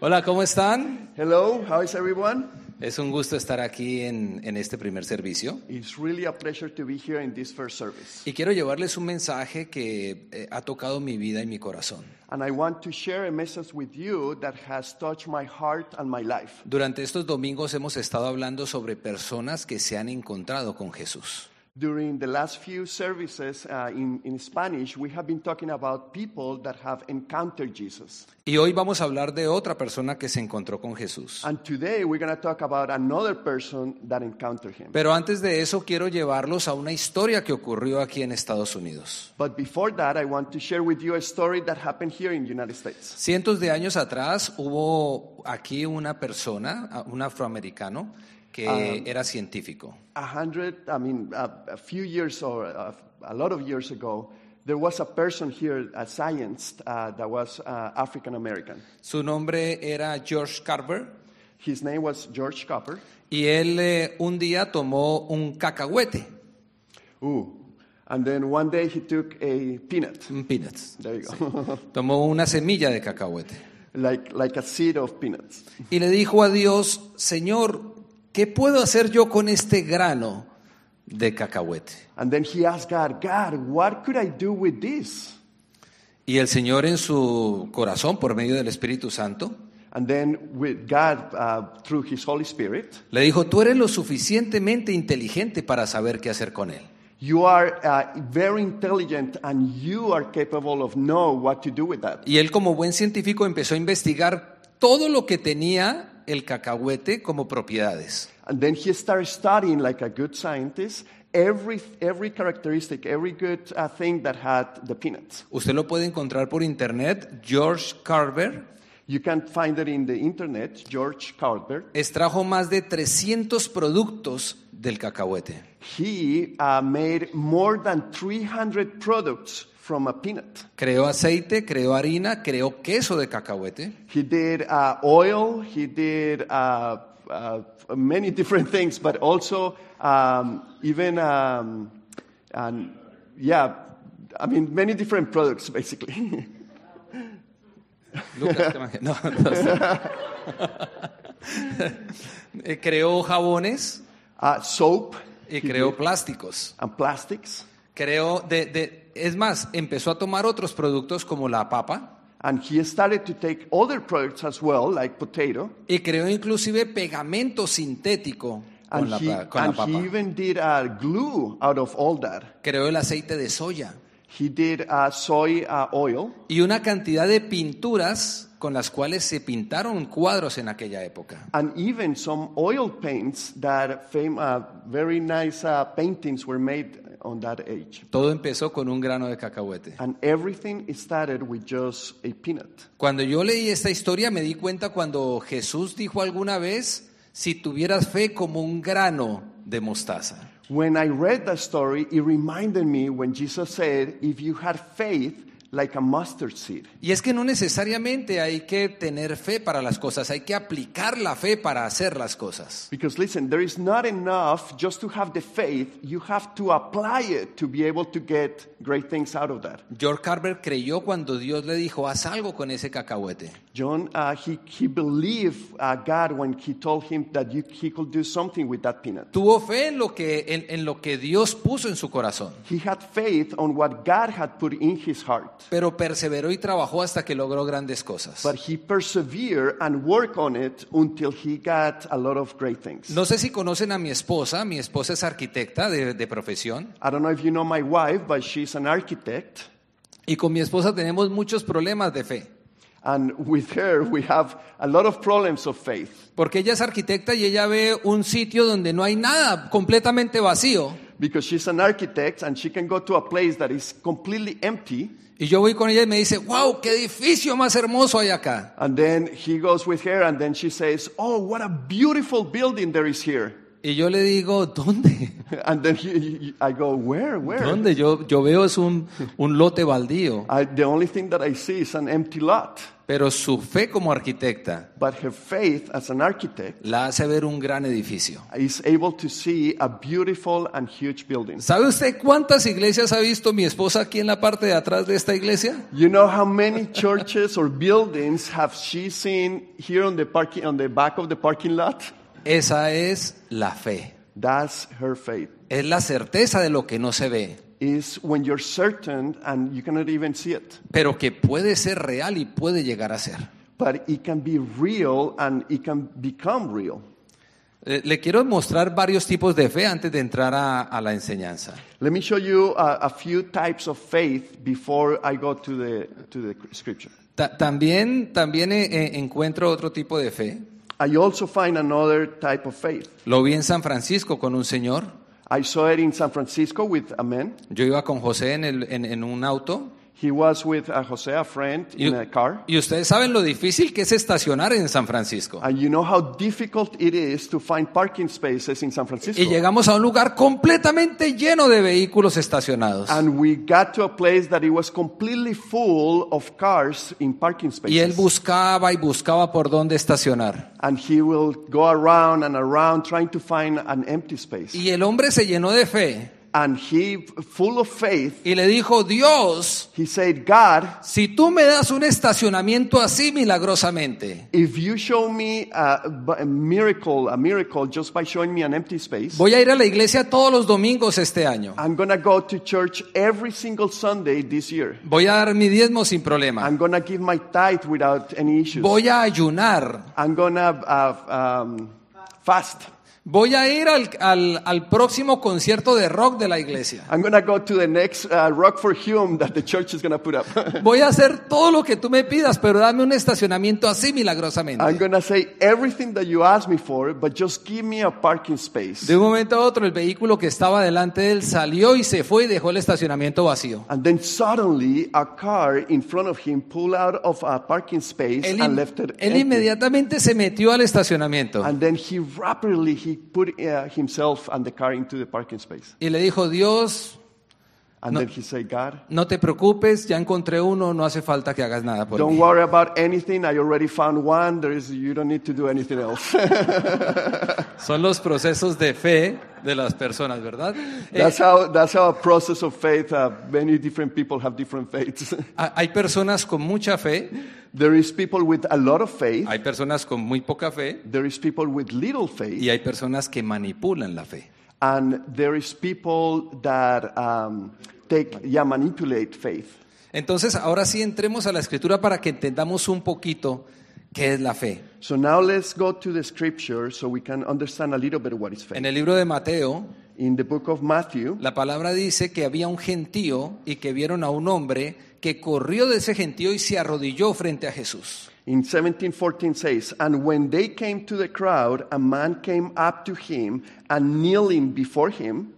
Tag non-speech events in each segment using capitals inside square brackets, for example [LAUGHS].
Hola, ¿cómo están? Hello, how is everyone? Es un gusto estar aquí en, en este primer servicio. It's really a pleasure to be here in this first service. Y quiero llevarles un mensaje que eh, ha tocado mi vida y mi corazón. And I want to share a message with you that has touched my heart and my life. Durante estos domingos hemos estado hablando sobre personas que se han encontrado con Jesús. During the last few services uh, in, in Spanish, we have been talking about people that have encountered Jesus. Y hoy vamos a hablar de otra persona que se encontró con Jesús. And today we're going to talk about another person that encountered him. Pero antes de eso quiero llevarlos a una historia que ocurrió aquí en Estados Unidos. But before that, I want to share with you a story that happened here in the United States. Cientos de años atrás hubo aquí una persona, a- un afroamericano, que era científico. a hundred, I mean, a, a few years or a, a lot of years ago, there was a person here, a scientist, uh, that was uh, African American. Su nombre era George Carver His name was George Copper. y él eh, un día tomó un cacahuete, Ooh. And then one day he took a peanut. un peanuts, There you go. [LAUGHS] tomó una semilla de cacahuete like, like a seed of peanuts. y le dijo a Dios, Señor, ¿qué puedo hacer yo con este grano de cacahuete? And then he asked God, God, what could I do with this? Y el Señor en su corazón, por medio del Espíritu Santo, And then with God, uh, through his Holy Spirit, le dijo, tú eres lo suficientemente inteligente para saber qué hacer con él. you are uh, very intelligent and you are capable of know what to do with that. Y él como buen científico empezó a investigar todo lo que tenía el cacahuete como propiedades. And then he started studying like a good scientist every, every characteristic, every good uh, thing that had the peanuts. Usted lo puede encontrar por internet, George Carver You can find it in the internet, George Carver. extrajo más de 300 productos del cacahuete. He uh, made more than 300 products from a peanut. Creó aceite, creó harina, creó queso de cacahuete. He did uh, oil, he did uh, uh, many [LAUGHS] different things, but also um, even, um, and yeah, I mean, many different products basically. [LAUGHS] Lucas, ¿qué más? No, no sé. [LAUGHS] Eh, creó jabones uh, soap. y he creó plásticos. and plastics. Creó de, de- es más, empezó a tomar otros productos como la papa And he started to take other products as well, like potato. y creó inclusive pegamento sintético con, And, la, he, pa- con la and he papa. even did uh, glue out of all that. Creó el aceite de soya He did uh, soy uh, oil y una cantidad de pinturas con las cuales se pintaron cuadros en aquella época. and even some oil paints that fam- uh, very nice uh, paintings were made on that age. Todo empezó con un grano de cacahuete. And everything started with just a peanut. Cuando yo leí esta historia me di cuenta cuando Jesús dijo alguna vez, si tuvieras fe como un grano de mostaza. When I read that story, it reminded me when Jesus said, If you had faith like a mustard seed. Y es que no necesariamente hay que tener fe para las cosas, hay que aplicar la fe para hacer las cosas. Because listen, there is not enough just to have the faith. You have to apply it to be able to get great things out of that. George Carver creyó cuando Dios le dijo, haz algo con ese cacahuete. John, uh, he, he believed uh, God when he told him that you, he could do something with that peanut. Tuvo fe en lo, que, en, en lo que Dios puso en su corazón, He had faith on what God had put in his heart. pero perseveró y trabajó hasta que logró grandes cosas. But he persevered and worked on it until he got a lot of great things. No sé si conocen a mi esposa, mi esposa es arquitecta de- de profesión. I don't know if you know my wife, but she's an architect. Y con mi esposa tenemos muchos problemas de fe, And with her, we have a lot of problems of faith. porque ella es arquitecta y ella ve un sitio donde no hay nada, completamente vacío. because she's an architect and she can go to a place that is completely empty Y yo voy con ella y me dice, wow, qué edificio más hermoso hay acá. and then he goes with her and then she says oh what a beautiful building there is here [LAUGHS] Y yo le digo, ¿dónde? [LAUGHS] and then he, he- i go where where ¿Dónde? Yo, yo veo es un, un lote baldío. I, the only thing that i see is an empty lot Pero su fe como arquitecta but her faith as an architect la hace ver un gran edificio. is able to see a beautiful and huge building. ¿Sabe usted cuántas iglesias ha visto mi esposa aquí en la parte de atrás de esta iglesia? You know how many churches or buildings have she seen here on the parking on the back of the parking lot? Esa es la fe. That's her faith. Es la certeza de lo que no se ve, Is when you're certain and you cannot even see it, pero que puede ser real y puede llegar a ser. but it can be real and it can become real. Eh, Le quiero mostrar varios tipos de fe antes de entrar a, a la enseñanza. Let me show you a, a few types of faith before I go to the to the scripture. Ta- también también eh, eh, encuentro otro tipo de fe. I also find another type of faith. Lo vi en San Francisco con un señor. I saw it in San Francisco with a man. Yo iba con José en, el- en- en un auto. He was with uh, Jose, a friend, Y, in a car. y ustedes saben lo difícil que es estacionar en San Francisco. And you know how difficult it is to find parking spaces in San Francisco. Y llegamos a un lugar completamente lleno de vehículos estacionados. And we got to a place that it was completely full of cars in parking Y él spaces. buscaba y buscaba por dónde estacionar. and he will go around and around trying to find an empty space. Y el hombre se llenó de fe and he, full of faith, y le dijo, Dios, he said, God, si tú me das un estacionamiento así milagrosamente, if you show me a, a miracle, a miracle just by showing me an empty space, voy a ir a la iglesia todos los domingos este año. I'm going to go to church every single Sunday this year. Voy a dar mi diezmo sin problema. I'm going to give my tithe without any issues. Voy a ayunar. I'm going to uh, um, fast. Voy a ir al, al- al próximo concierto de rock de la iglesia. I'm going to go to the next uh, Rock for Hume that the church is going to put up. [LAUGHS] Voy a hacer todo lo que tú me pidas, pero dame un estacionamiento así I'm milagrosamente. going to say everything that you asked me for, but just give me a parking space. De un momento a otro, el vehículo que estaba delante de él salió y se fue y dejó el estacionamiento vacío. And then suddenly a car in front of him pulled out of a parking space Él, and in- left it él empty. inmediatamente se metió al estacionamiento And then he rapidly he put uh, himself and the car into the parking space. y le dijo, Dios, And then he said, God, no te preocupes, ya encontré uno, no hace falta que hagas nada por Don't mí. worry about anything. I already found one. There is, you don't need to do anything [LAUGHS] else. Eh. Son los procesos de fe de las personas, ¿verdad? Eh, that's how that's how a process of faith. Uh, many different people have different faiths. [LAUGHS] ha- Eh, hay personas con mucha fe, there is people with a lot of faith. hay personas con muy poca fe There is people with little faith, y hay personas que manipulan la fe. and there is people that um, take yeah manipulate faith. Entonces, ahora sí entremos a la escritura para que entendamos un poquito qué es la fe. So now let's go to the scripture so we can understand a little bit what is faith. En el libro de Mateo, In the book of Matthew, La palabra dice que había un gentío y que vieron a un hombre que corrió de ese gentío y se arrodilló frente a Jesús. In 1714 says, And when they came to the crowd, a man came up to him and kneeling before him,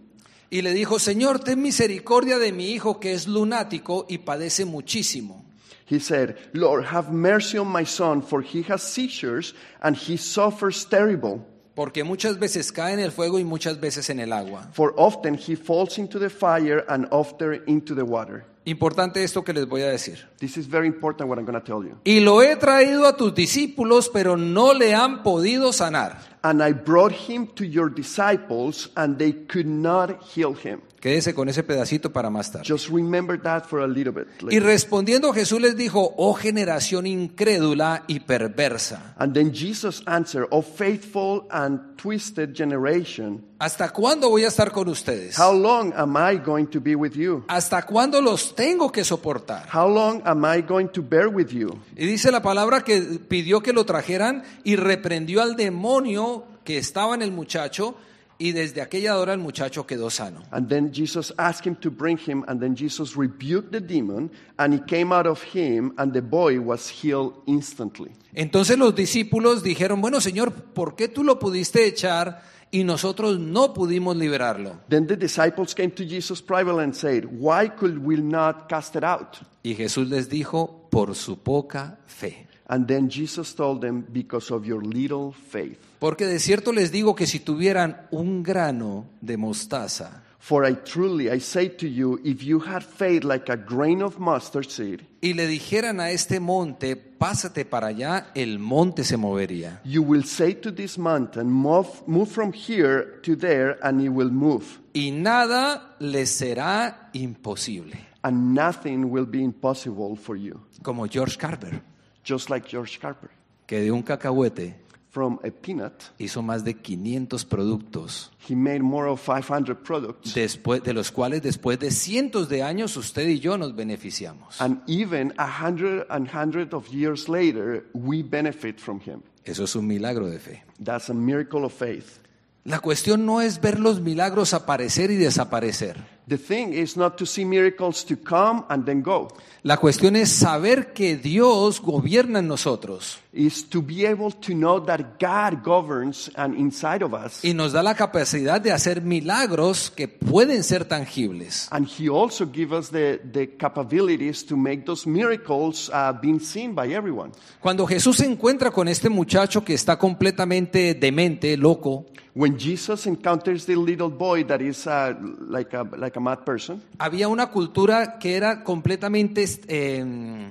Y le dijo, Señor, ten misericordia de mi hijo que es lunático y padece muchísimo. he said, Lord, have mercy on my son, for he has seizures and he suffers terrible. Porque muchas veces cae en el fuego y muchas veces en el agua. For often he falls into the fire and often into the water. Importante esto que les voy a decir. This is very important what I'm going to tell you. Y lo he traído a tus discípulos, pero no le han podido sanar. And I brought him to your disciples, and they could not heal him. Quédese con ese pedacito para más tarde. Just remember that for a little bit. Y later. respondiendo Jesús les dijo, oh generación incrédula y perversa. And then Jesus answered, O faithful and twisted generation, ¿Hasta cuándo voy a estar con ustedes? how long am I going to be with you? ¿Hasta cuándo los tengo que soportar? How long am I going to bear with you? Y dice la palabra que pidió que lo trajeran y reprendió al demonio que estaba en el muchacho y desde aquella hora el muchacho quedó sano. And then Jesus asked him to bring him, and then Jesus rebuked the demon, and he came out of him, and the boy was healed instantly. Entonces los discípulos dijeron, bueno Señor, ¿por qué tú lo pudiste echar y nosotros no pudimos liberarlo? Then the disciples came to Jesus privately and said, Why could we not cast it out? Y Jesús les dijo, por su poca fe. And then Jesus told them, Because of your little faith. Porque de cierto les digo que si tuvieran un grano de mostaza, For I truly, I say to you, if you had faith like a grain of mustard seed, y le dijeran a este monte, pásate para allá, el monte se movería. you will say to this mountain, move, move from here to there, and it will move, Y nada le será imposible, and nothing will be impossible for you. como George Carver, Just like George Carver. que de un cacahuete From a peanut, hizo más de 500 productos, he made more of 500 products. después, de los cuales después de cientos de años usted y yo nos beneficiamos. And even a hundred and hundred of years later, we benefit from him. Eso es un milagro de fe. That's a miracle of faith. La cuestión no es ver los milagros aparecer y desaparecer. The thing is not to see miracles to come and then go. La cuestión es saber que Dios gobierna en nosotros Is to be able to know that God governs and inside of us, y nos da la capacidad de hacer milagros que pueden ser tangibles. and He also gives us the, the capabilities to make those miracles uh, being seen by everyone. Cuando Jesús se encuentra con este muchacho que está completamente demente, loco, When Jesus encounters the little boy that is uh, like a like a mad person, había una cultura que era completamente eh,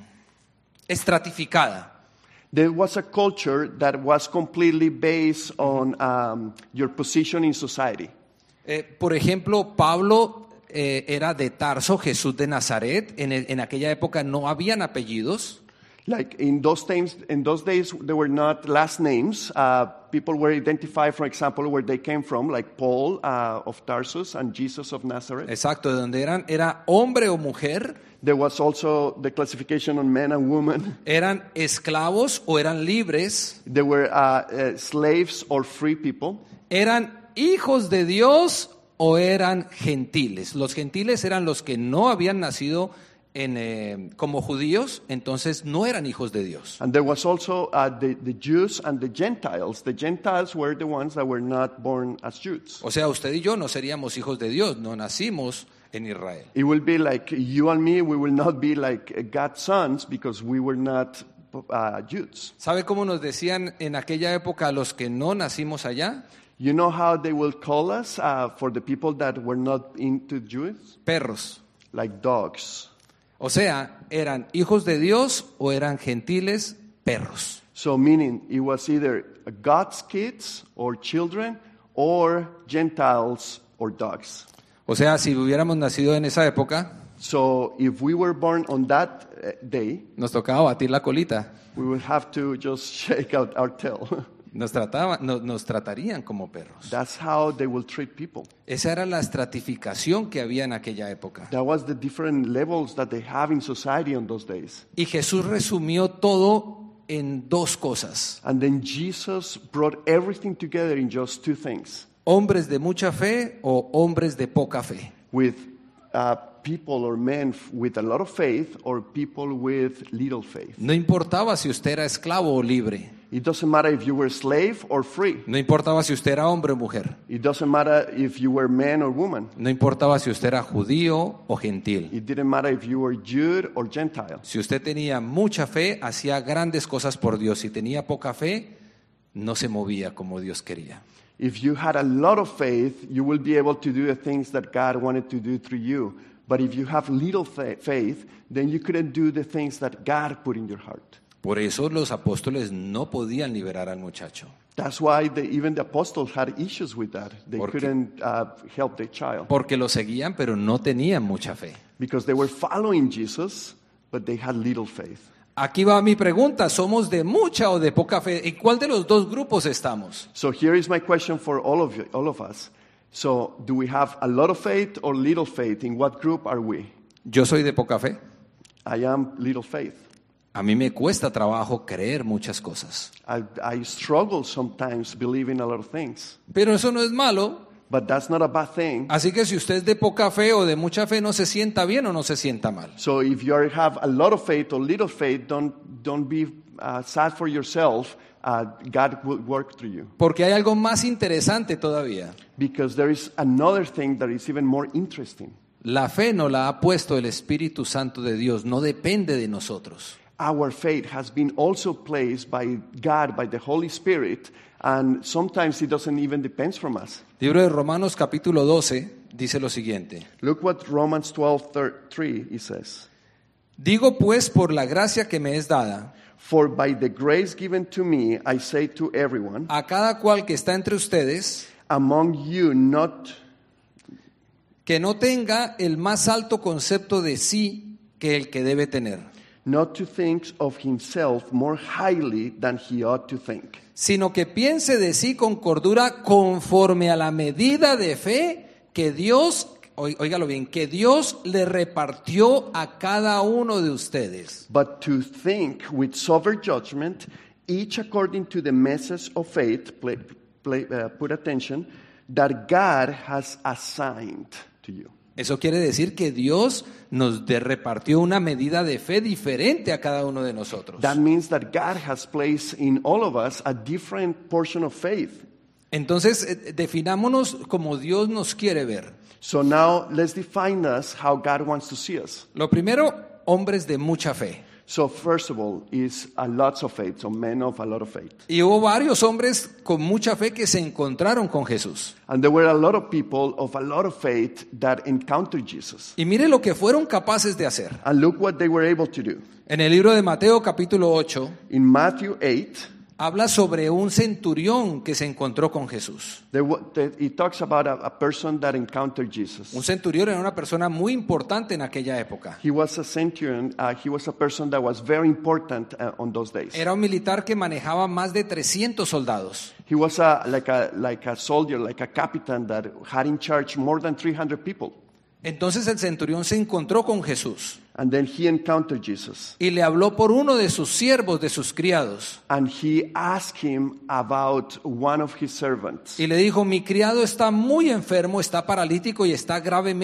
estratificada. There was a culture that was completely based on um, your position in society. Eh, por ejemplo, Pablo eh, era de Tarso, Jesús de Nazaret. En, el- en aquella época no habían apellidos. Like in those times, in those days, there were not last names. Uh, people were identified, for example, where they came from, like Paul uh, of Tarsus and Jesus of Nazareth. Exacto, de donde eran era hombre o mujer, There was also the classification on men and women. [LAUGHS] eran esclavos o eran libres, There were uh, uh, slaves or free people. eran hijos de Dios o eran gentiles. Los gentiles eran los que no habían nacido en, eh, como judíos, entonces no eran hijos de Dios. And there was also uh, the, the Jews and the Gentiles. The Gentiles were the ones that were not born as Jews. O sea, usted y yo no seríamos hijos de Dios, no nacimos en Israel. It will be like you and me, we will not be like God's sons because we were not uh, Jews. ¿Sabe cómo nos decían en aquella época a los que no nacimos allá? You know how they will call us uh, for the people that were not into Jews? Perros. Like dogs. O sea, eran hijos de Dios o eran gentiles perros. So, meaning it was either God's kids or children or Gentiles or dogs. O sea, si hubiéramos nacido en esa época, So, if we were born on that uh, day, nos tocaba batir la colita. we would have to just [LAUGHS] shake out our tail. [LAUGHS] Nos, trataban, no- nos tratarían como perros. That's how they will treat people. Esa era la estratificación que había en aquella época. That was the different levels that they have in society on those days. Y Jesús resumió todo en dos cosas. And then Jesus brought everything together in just two things Hombres de mucha fe o hombres de poca fe. with uh, people or men f- with a lot of faith or people with little faith. No importaba si usted era esclavo o libre. It doesn't matter if you were slave or free. No importaba si usted era hombre o mujer. It doesn't matter if you were man or woman. No importaba si usted era judío o gentil. It didn't matter if you were Jew or Gentile. Si usted tenía mucha fe, hacía grandes cosas por Dios. Si tenía poca fe, no se movía como Dios quería. If you had a lot of faith, you will be able to do the things that God wanted to do through you. But if you have little fa- faith, then you couldn't do the things that God put in your heart. Por eso los apóstoles no podían liberar al muchacho, That's why the, even the apostles had issues with that. They Porque- couldn't uh, help their child porque lo seguían, pero no tenían mucha fe. because they were following Jesus, but they had little faith. Aquí va mi pregunta, ¿somos de mucha o de poca fe? ¿En cuál de los dos grupos estamos? So here is my question for all of you, all of us. So do we have a lot of faith or little faith? In what group are we? Yo soy de poca fe. I am little faith. A mí me cuesta trabajo creer muchas cosas, I, I struggle sometimes believing a lot of things, pero eso no es malo. but that's not a bad thing. Así que si usted es de poca fe o de mucha fe, no se sienta bien o no se sienta mal. So if you are, have a lot of faith or little faith, don't, don't be uh, sad for yourself. Uh, God will work through you. Porque hay algo más interesante todavía. Because there is another thing that is even more interesting. La fe nos la ha puesto el Espíritu Santo de Dios, no depende de nosotros. Our faith has been also placed by God, by the Holy Spirit, and sometimes it doesn't even depend from us. Libro de Romanos capítulo 12, dice lo siguiente. Look what Romans 12, thir- 3, he says. Digo pues por la gracia que me es dada For by the grace given to me, I say to everyone, a cada cual que está entre ustedes, among you not que no tenga el más alto concepto de sí que el que debe tener, not to think of himself more highly than he ought to think, sino que piense de sí con cordura conforme a la medida de fe que Dios, oi- óigalo bien, que Dios le repartió a cada uno de ustedes. but to think with sober judgment, each according to the message of faith, play, play, uh, put attention, that God has assigned to you. Eso quiere decir que Dios nos de- repartió una medida de fe diferente a cada uno de nosotros. That means that God has placed in all of us a different portion of faith. Entonces, eh, definámonos como Dios nos quiere ver. So now let's define us how God wants to see us. Lo primero, hombres de mucha fe. So first of all, is a lot of faith, so men of a lot of faith. Y hubo varios hombres con mucha fe que se encontraron con Jesús. And there were a lot of people of a lot of faith that encountered Jesus. Y mire lo que fueron capaces de hacer. And look what they were able to do. En el libro de Mateo capítulo 8 In Matthew 8, habla sobre un centurión que se encontró con Jesús. there wa- that it talks about a, a person that encountered Un Jesus. centurión era una persona muy importante en aquella época. He was a centurion. Uh, he was a person that was very important uh, on those days. Era un militar que manejaba más de 300 soldados. He was a, like, a, like a soldier, like a captain that had in charge more than 300 people. Entonces el centurión se encontró con Jesús And then he encountered Jesus. y le habló por uno de sus siervos, de sus criados. And he asked him about one of his servants. Y le dijo, mi criado está muy enfermo, está paralítico y está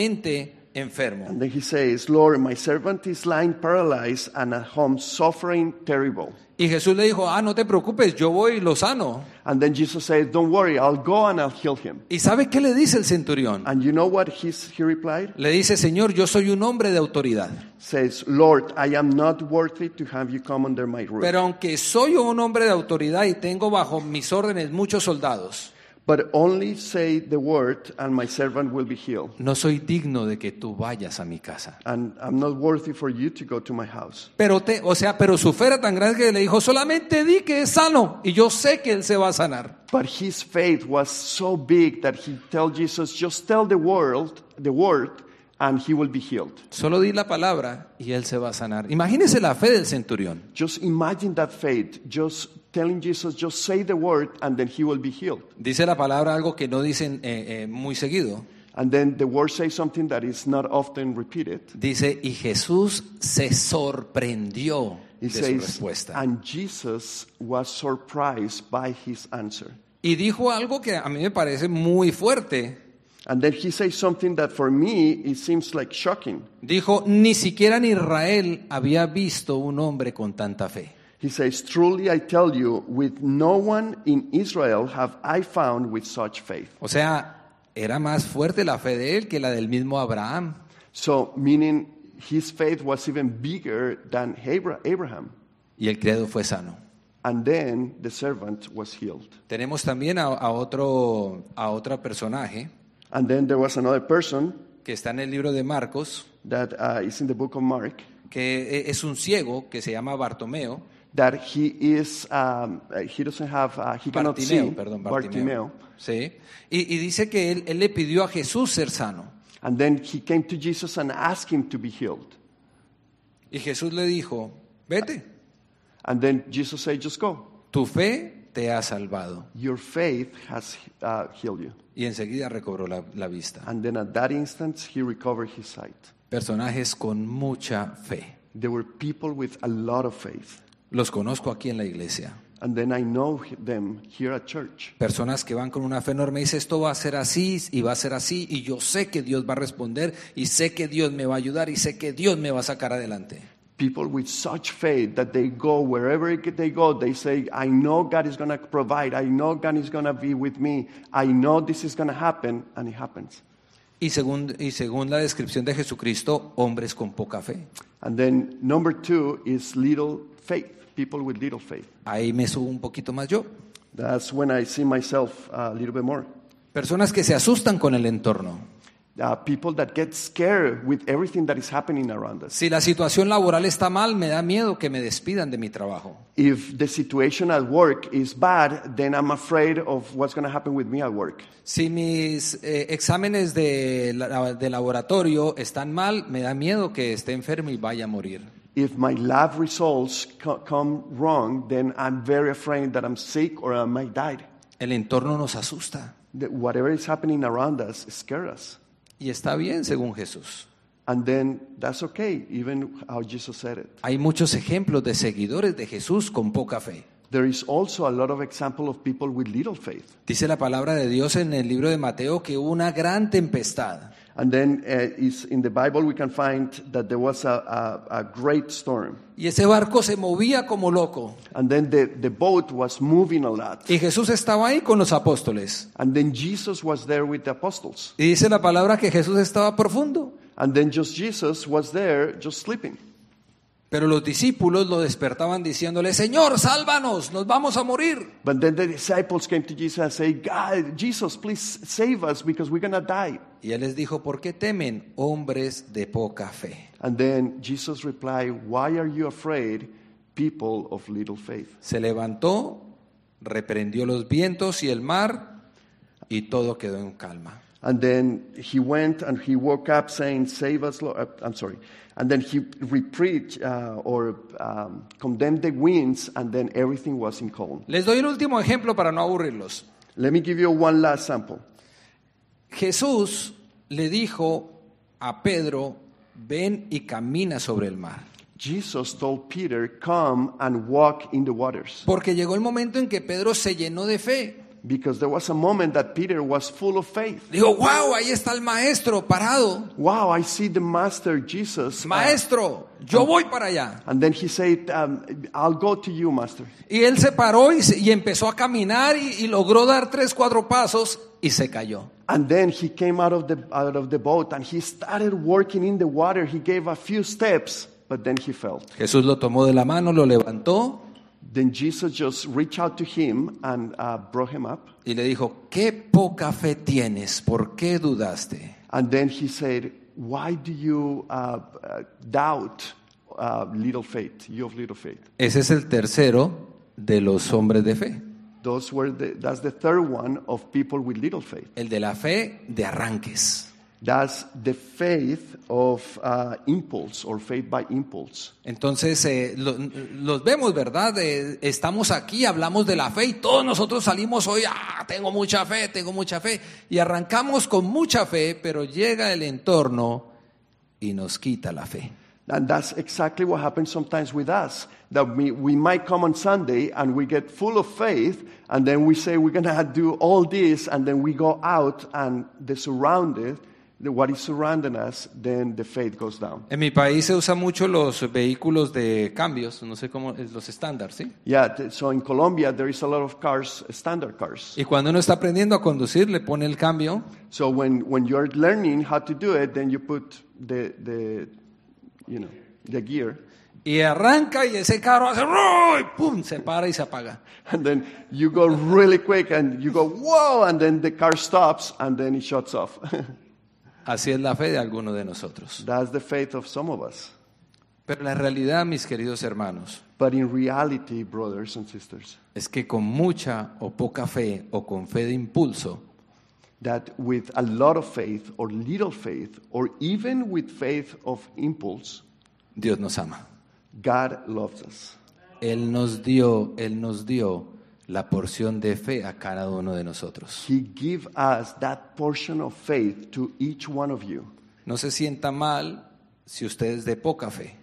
gravemente enfermo. And then he says, Lord, my servant is lying paralyzed and at home suffering terrible. Y Jesús le dijo, ah, no te preocupes, yo voy y lo sano. And then Jesus says, Don't worry, I'll go and I'll heal him. ¿Y sabe qué le dice el centurión? And you know what he's, he replied? Le dice, Señor, yo soy un hombre de autoridad. Says, Lord, I am not worthy to have you come under my roof. Pero aunque soy un hombre de autoridad y tengo bajo mis órdenes muchos soldados, but only say the word and my servant will be healed. no soy digno de que tú vayas a mi casa. And I'm not worthy for you to go to my house. Pero te, o sea, pero su fe era tan grande que le dijo, solamente di que es sano y yo sé que él se va a sanar. But his faith was so big that he told Jesus, just tell the world, the word, and he will be healed. Solo di la palabra y él se va a sanar. Imagínese la fe del centurión. Just imagine that faith, just telling Jesus, just say the word, and then he will be healed. Dice la palabra algo que no dicen eh, eh, muy seguido. And then the word says something that is not often repeated. Dice, y Jesús se sorprendió de It su says, respuesta. and Jesus was surprised by his answer. Y dijo algo que a mí me parece muy fuerte. And then he says something that for me, it seems like shocking. Dijo, ni siquiera en Israel había visto un hombre con tanta fe. He says, Truly I tell you, with no one in Israel have I found with such faith. O sea, era más fuerte la fe de él que la del mismo Abraham. So, meaning his faith was even bigger than Abra- Abraham. Y el credo fue sano. And then the servant was healed. Tenemos también a, a otro, a otro personaje And then there was another person que está en el libro de Marcos, that uh, is in the book of Mark que eh, es un ciego que se llama Bartomeo. that he is um, uh, he doesn't have uh, he cannot see Bartimeo, perdón, Bartimeo. Bartimeo. Sí. Y, y dice que él, él le pidió a Jesús ser sano. and then he came to Jesus and asked him to be healed Y Jesús le dijo, vete, and then Jesus said just go tu fe te ha salvado. your faith has uh, healed you Y enseguida recobró la, la vista. and then at that instant he recovered his sight Personajes con mucha fe. there were people with a lot of faith Los conozco aquí en la iglesia. and then I know them here at church Personas que van con una fe enorme y dicen, esto va a ser así y va a ser así y yo sé que Dios va a responder y sé que Dios me va a ayudar y sé que Dios me va a sacar adelante. people with such faith that they go wherever they go they say i know god is going to provide i know god is going to be with me i know this is going to happen and it happens Y según, y según la descripción de Jesucristo, hombres con poca fe. and then number two is little faith people with little faith Ahí me subo un poquito más yo. that's when i see myself uh, a little bit more Personas que se asustan con el entorno. uh, people that get scared with everything that is happening around us. Si la situación laboral está mal, me da miedo que me despidan de mi trabajo. If the situation at work is bad, then I'm afraid of what's going to happen with me at work. Si mis eh, exámenes de, la- de laboratorio están mal, me da miedo que esté enfermo y vaya a morir. If my lab results co- come wrong, then I'm very afraid that I'm sick or I might die. El entorno nos asusta That whatever is happening around us scares us. y está bien según Jesús. And then that's okay, even how Jesus said it. Hay muchos ejemplos de seguidores de Jesús con poca fe. There is also a lot of example of people with little faith. Dice la palabra de Dios en el libro de Mateo que hubo una gran tempestad. And then uh, is in the Bible we can find that there was a, a, a great storm. Y ese barco se movía como loco. And then the, the boat was moving a lot. Y Jesús estaba ahí con los apóstoles. And then Jesus was there with the apostles. Y dice la palabra que Jesús estaba profundo. And then just Jesus was there just sleeping. Pero los discípulos lo despertaban diciéndole, Señor, sálvanos, nos vamos a morir. But then the disciples came to Jesus and say, God, Jesus, please save us because we're going to die. Y él les dijo, ¿por qué temen hombres de poca fe? And then Jesus replied, Why are you afraid, people of little faith? Se levantó, reprendió los vientos y el mar, y todo quedó en calma. And then he went and he woke up saying, Save us, Lord. Uh, I'm sorry. And then he repreached uh, or um, condemned the winds, and then everything was in calm. Les doy el último ejemplo para no aburrirlos. Let me give you one last sample. Jesús le dijo a Pedro, ven y camina sobre el mar. Jesus told Peter, Come and walk in the waters. Porque llegó el momento en que Pedro se llenó de fe. Because there was a moment that Peter was full of faith. Dijo, wow, ahí está el maestro parado. Wow, I see the Master Jesus. uh, Maestro, yo voy para allá. and then he said, um, I'll go to you, Master. Y él se paró y, se- y empezó a caminar y, y logró dar tres, cuatro pasos y se cayó. And then he came out of the out of the boat and he started working in the water. He gave a few steps, but then he fell. Jesús lo tomó de la mano, lo levantó Then Jesus just reached out to him and uh, brought him up. y le dijo, qué poca fe tienes, ¿por qué dudaste? And then he said, "Why do you uh, uh, doubt, uh, little faith? You of little faith." Ese es el tercero de los hombres de fe, Those were the, that's the third one of people with little faith. el de la fe de arranques. That's the faith of uh, impulse or faith by impulse. Entonces, eh, lo- los vemos, ¿verdad? Eh, estamos aquí, hablamos de la fe y todos nosotros salimos hoy, ah, tengo mucha fe, tengo mucha fe. Y arrancamos con mucha fe, pero llega el entorno y nos quita la fe. And that's exactly what happens sometimes with us. That we, we might come on Sunday and we get full of faith, and then we say we're going to do all this, and then we go out and the surrounded, the, what is surrounding us, then the faith goes down. En mi país se usan mucho los vehículos de cambios, no sé cómo, es los estándares, ¿sí? Yeah, th- so in Colombia, there is a lot of cars, standard cars. Y cuando uno está aprendiendo a conducir, le pone el cambio So when, when you're learning how to do it, then you put the, the, you know, the gear, y arranca y ese carro hace, ¡ruy! ¡pum! Se para y se apaga. and then you go really quick, and you go, whoa, and then the car stops, and then it shuts off. [LAUGHS] Así es la fe de alguno de nosotros. That's the faith of some of us. Pero la realidad, mis queridos hermanos, But in reality, brothers and sisters, es que con mucha o poca fe o con fe de impulso, that with a lot of faith or little faith, or even with faith of impulse, Dios nos ama. God loves us. Él nos dio, Él nos dio la porción de fe a cada uno de nosotros. He give us that portion of faith to each one of you. No se sienta mal si usted es de poca fe.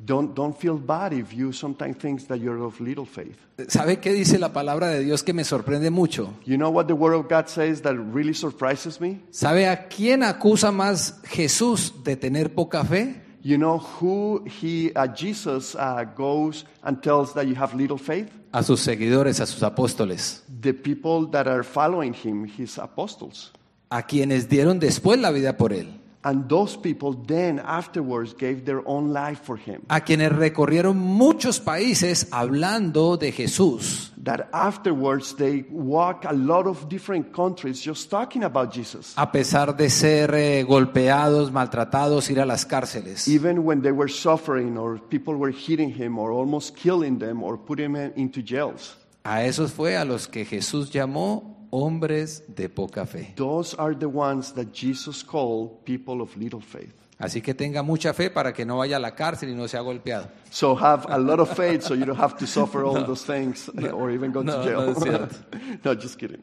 Don't, don't feel bad if you sometimes think that you're of little faith. ¿Sabe qué dice la palabra de Dios que me sorprende mucho? You know what the Word of God says that really surprises me? ¿Sabe a quién acusa más Jesús de tener poca fe? You know who he, uh, Jesus uh, goes and tells that you have little faith? A sus seguidores, a sus apóstoles, the people that are following him, his apostles, a quienes dieron después la vida por Él. And those people then afterwards gave their own life for him. a quienes recorrieron muchos países hablando de Jesús. That afterwards they walk a lot of different countries just talking about Jesus. A pesar de ser eh, golpeados, maltratados, ir a las cárceles. Even when they were suffering or people were hitting him or almost killing them or putting them into jails. A esos fue a los que Jesús llamó hombres de poca fe. Those are the ones that Jesus called people of little faith. Así que tenga mucha fe para que no vaya a la cárcel y no sea golpeado. So have a lot of faith so you don't have to [LAUGHS] suffer all those things [LAUGHS] or even go No, to jail. no es cierto. [LAUGHS] no, just kidding.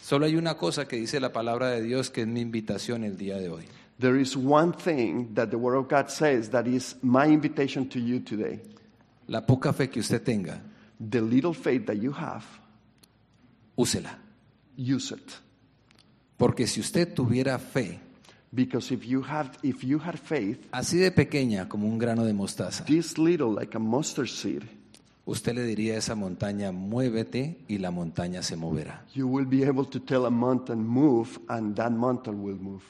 Solo hay una cosa que dice la palabra de Dios que es mi invitación el día de hoy. There is one thing that the Word of God says that is my invitation to you today. La poca fe que usted tenga, The little faith that you have, úsela. use it. Porque si usted tuviera fe, Because if you, have, if you had faith, así de pequeña como un grano de mostaza, this little, like a mustard seed, usted le diría a esa montaña, muévete y la montaña se moverá. you will be able to tell a mountain move and that mountain will move.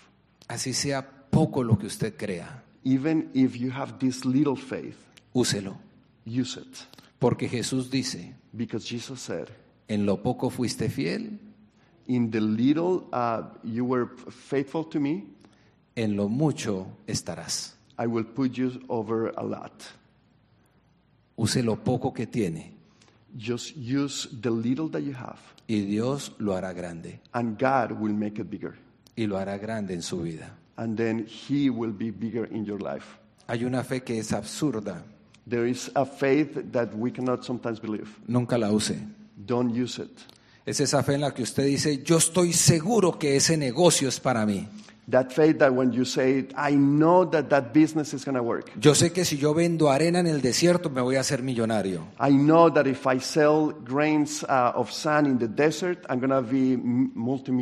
Así sea poco lo que usted crea, Even if you have this little faith, úselo. use it. Porque Jesús dice, Because Jesus said, en lo poco fuiste fiel, In the little uh, you were faithful to me, en lo mucho estarás. I will put you over a lot. Use lo poco que tiene Just use the little that you have, y Dios lo hará grande. and God will make it bigger. Y lo hará grande en su vida. And then He will be bigger in your life. Hay una fe que es absurda. There is a faith that we cannot sometimes believe. Nunca la use. Don't use it. Es esa fe en la que usted dice, yo estoy seguro que ese negocio es para mí. That faith that when you say, I know that that business is going to work. Yo sé que si yo vendo arena en el desierto me voy a hacer millonario. I know that if I sell grains uh, of sand in the desert, I'm going to be m-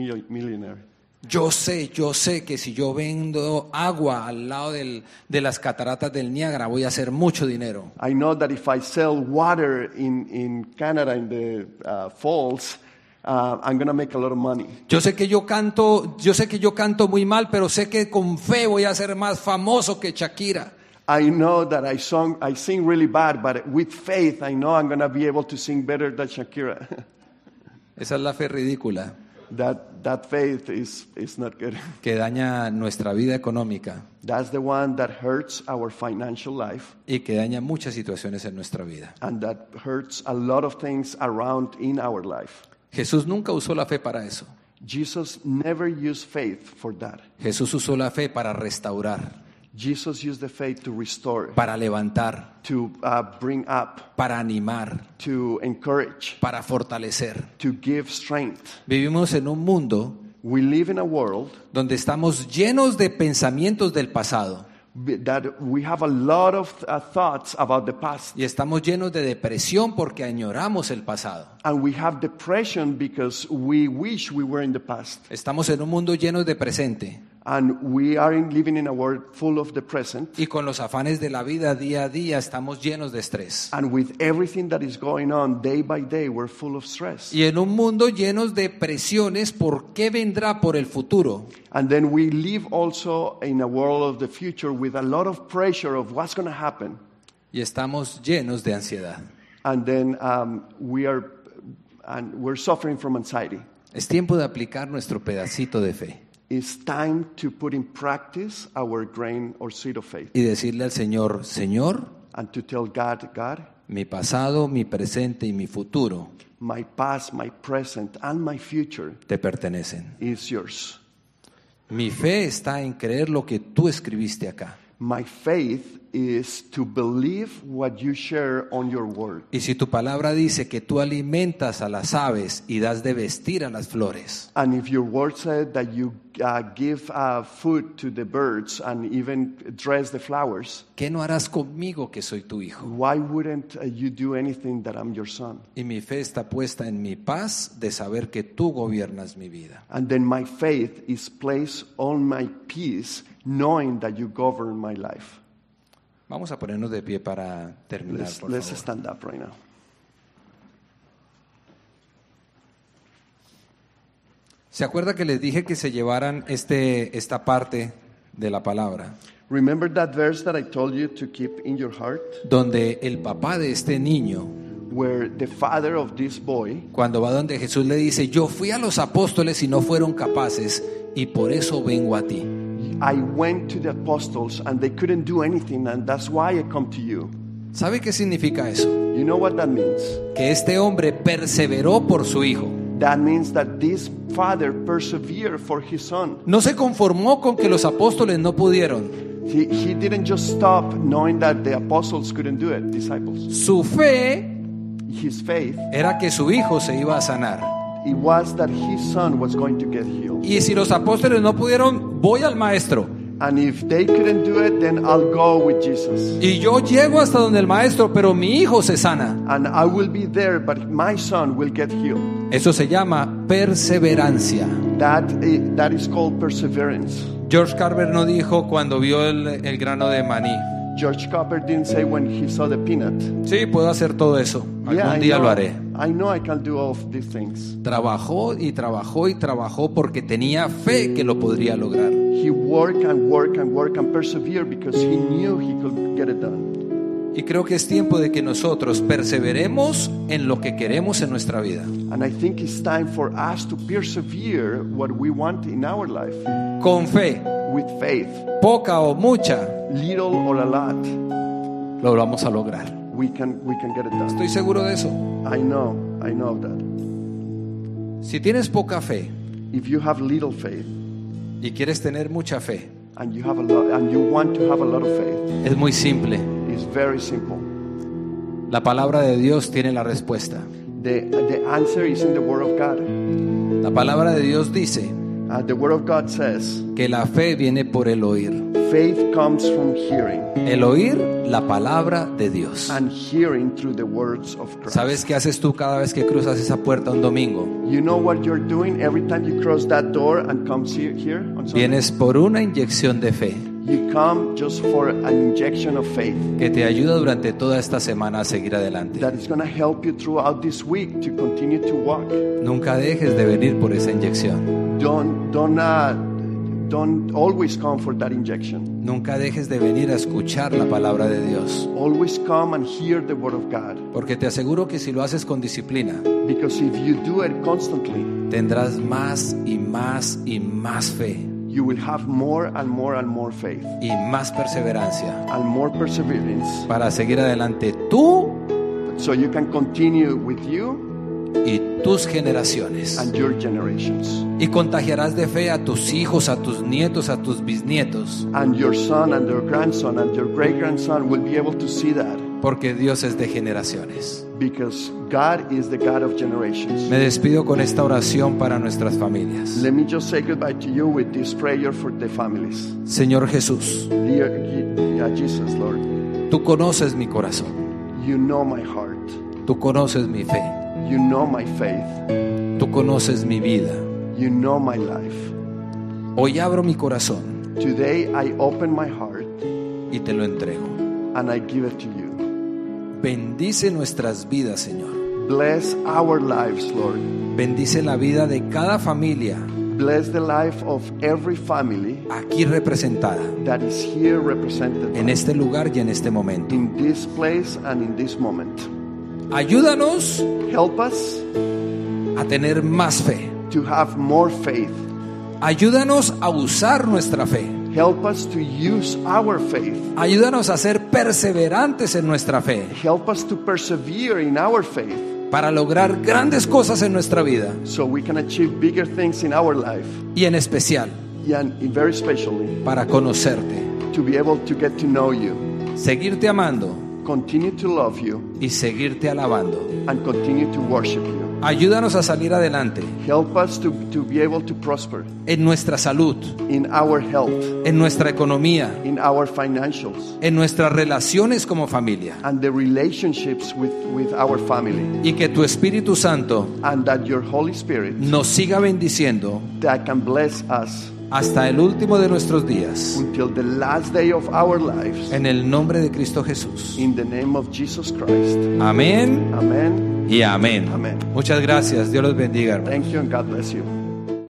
multimillionaire. Yo sé, yo sé que si yo vendo agua al lado del- de las cataratas del Niágara voy a hacer mucho dinero. I know that if I sell water in, in Canada in the uh, falls, uh, I'm going to make a lot of money. Yo sé que yo canto, yo sé que yo canto muy mal, pero sé que con fe voy a ser más famoso que Shakira. I know that I, song, I sing really bad, but with faith, I know I'm going to be able to sing better than Shakira. [LAUGHS] Esa es la fe ridícula that, that faith is, is not good. [LAUGHS] que daña nuestra vida económica That's the one that hurts our financial life y que daña muchas situaciones en nuestra vida. and that hurts a lot of things around in our life. Jesús nunca usó la fe para eso. Jesus never used faith for that. Jesús usó la fe para restaurar, Jesus used the faith to restore, para levantar, to uh, bring up. para animar, to encourage, para fortalecer. to give strength. Vivimos en un mundo We live in a world donde estamos llenos de pensamientos del pasado b- that we have a lot of uh, thoughts about the past, y estamos llenos de depresión porque añoramos el pasado. and we have depression because we wish we were in the past, Estamos en un mundo lleno de presente and we are in, living in a world full of the present. y con los afanes de la vida día a día estamos llenos de estrés. And with everything that is going on day by day, we're full of stress. Y en un mundo lleno de presiones, ¿por qué vendrá por el futuro? And then we live also in a world of the future with a lot of pressure of what's going to happen. Y estamos llenos de ansiedad. And then um, we are, and we're suffering from anxiety. Es tiempo de aplicar nuestro pedacito de fe It's time to put in practice our grain or seed of faith y decirle al Señor, Señor, and to tell God, God, mi pasado, mi presente y mi futuro my past, my present, and my future te pertenecen. is yours. Mi fe está en creer lo que tú escribiste acá. My faith is to believe what you share on your word. Y si tu palabra dice que tú alimentas a las aves y das de vestir a las flores, And if your word said that you uh, give uh, food to the birds and even dress the flowers, ¿qué no harás conmigo que soy tu hijo? why wouldn't uh, you do anything that I'm your son? Y mi fe está puesta en mi paz de saber que tú gobiernas mi vida. And then my faith is placed on my peace, knowing that you govern my life. Vamos a ponernos de pie para terminar, Let's, por let's favor. stand up right now. ¿Se acuerda que les dije que se llevaran este, esta parte de la palabra, Remember that verse that I told you to keep in your heart? donde el papá de este niño, Where the father of this boy, cuando va donde Jesús le dice, yo fui a los apóstoles y no fueron capaces, y por eso vengo a ti. I went to the apostles and they couldn't do anything, and that's why I come to you. ¿Sabe qué significa eso? You know what that means? Que este hombre perseveró por su hijo. That means that this father persevered for his son. No se conformó con que los apóstoles no pudieron. He, he didn't just stop knowing that the apostles couldn't do it, disciples. Su fe His faith, era que su hijo se iba a sanar. it was that his son was going to get healed. Y si los apóstoles no pudieron, voy al maestro. And if they couldn't do it, then I'll go with Jesus. Y yo llego hasta donde el maestro, pero mi hijo se sana. And I will be there, but my son will get healed. Eso se llama perseverancia. That is, that is called perseverance. George Carver no dijo cuando vio el, el grano de maní. George Copper didn't say when he saw the peanut. Sí, puedo hacer todo eso. Algún I día know, lo haré. I know I can do all of these things. Trabajó y trabajó y trabajó porque tenía fe que lo podría lograr. He worked and worked and worked and persevered because he knew he could get it done. Y creo que es tiempo de que nosotros perseveremos en lo que queremos en nuestra vida. And I think it's time for us to persevere what we want in our life Con fe, with faith. poca o mucha, Little or a lot, lo vamos a lograr. we can we can get it done. Estoy seguro de eso. I know, I know that. Si tienes poca fe If you have little faith y quieres tener mucha fe, and you have a lot and you want to have a lot of faith, es muy simple. it's very simple. La palabra de Dios tiene la respuesta. The the answer is in the Word of God. La palabra de Dios dice Uh, the Word of God says, que la fe viene por el oír. faith comes from hearing, El oír la palabra de Dios. and hearing through the words of Christ. ¿Sabes qué haces tú cada vez que cruzas esa puerta un domingo? You know what you're doing every time you cross that door and comes here, here on Sunday? Vienes por una inyección de fe You come just for an injection of faith que te ayuda durante toda esta semana a seguir adelante. that is going to help you throughout this week to continue to walk. Nunca dejes de venir por esa inyección. Don't don't uh, don't always come for that injection. Nunca dejes de venir a escuchar la palabra de Dios. Always come and hear the word of God Porque te aseguro que si lo haces con disciplina, because if you do it constantly, tendrás más y más y más fe you will have more and more and more faith y más perseverancia and more perseverance para seguir adelante tú so you can continue with you y tus generaciones. and your generations Y contagiarás de fe a tus hijos, a tus nietos, a tus bisnietos. and your son and your grandson and your great grandson will be able to see that Porque Dios es de generaciones. because God is the God of generations. Me despido con esta oración para nuestras familias. Let me just say goodbye to you with this prayer for the families. Señor Jesús, Dear Je- uh, Jesus, Lord, tú conoces mi corazón, you know my heart. tú conoces mi fe. You know my faith. Tú conoces mi vida. You know my life. Hoy abro mi corazón Today I open my heart y te lo entrego. and I give it to you. Bendice nuestras vidas, Señor. Bless our lives, Lord. Bendice la vida de cada familia Bless the life of every family aquí representada, that is here represented en este lugar y en este momento. in this place and in this moment. Ayúdanos Help us a tener más fe. to have more faith. Ayúdanos a usar nuestra fe. Help us to use our faith. Ayúdanos a ser perseverantes en nuestra fe Help us to persevere in our faith para lograr grandes cosas en nuestra vida so we can achieve bigger things in our life y en especial and very especially para conocerte, to be able to get to know you, seguirte amando continue to love you, y seguirte alabando. and continue to worship you. Ayúdanos a salir adelante Help us to, to be able to prosper en nuestra salud, in our health, en nuestra economía, in our financials, en nuestras relaciones como familia. and the relationships with, with our family. Y que tu Espíritu Santo And that your Holy Spirit nos siga bendiciendo that can bless us hasta el último de nuestros días. until the last day of our lives. En el nombre de Cristo Jesús. In the name of Jesus Christ. Amén Amen. y amén. Amén. Muchas gracias. Dios los bendiga. hermano. Thank you and God bless you.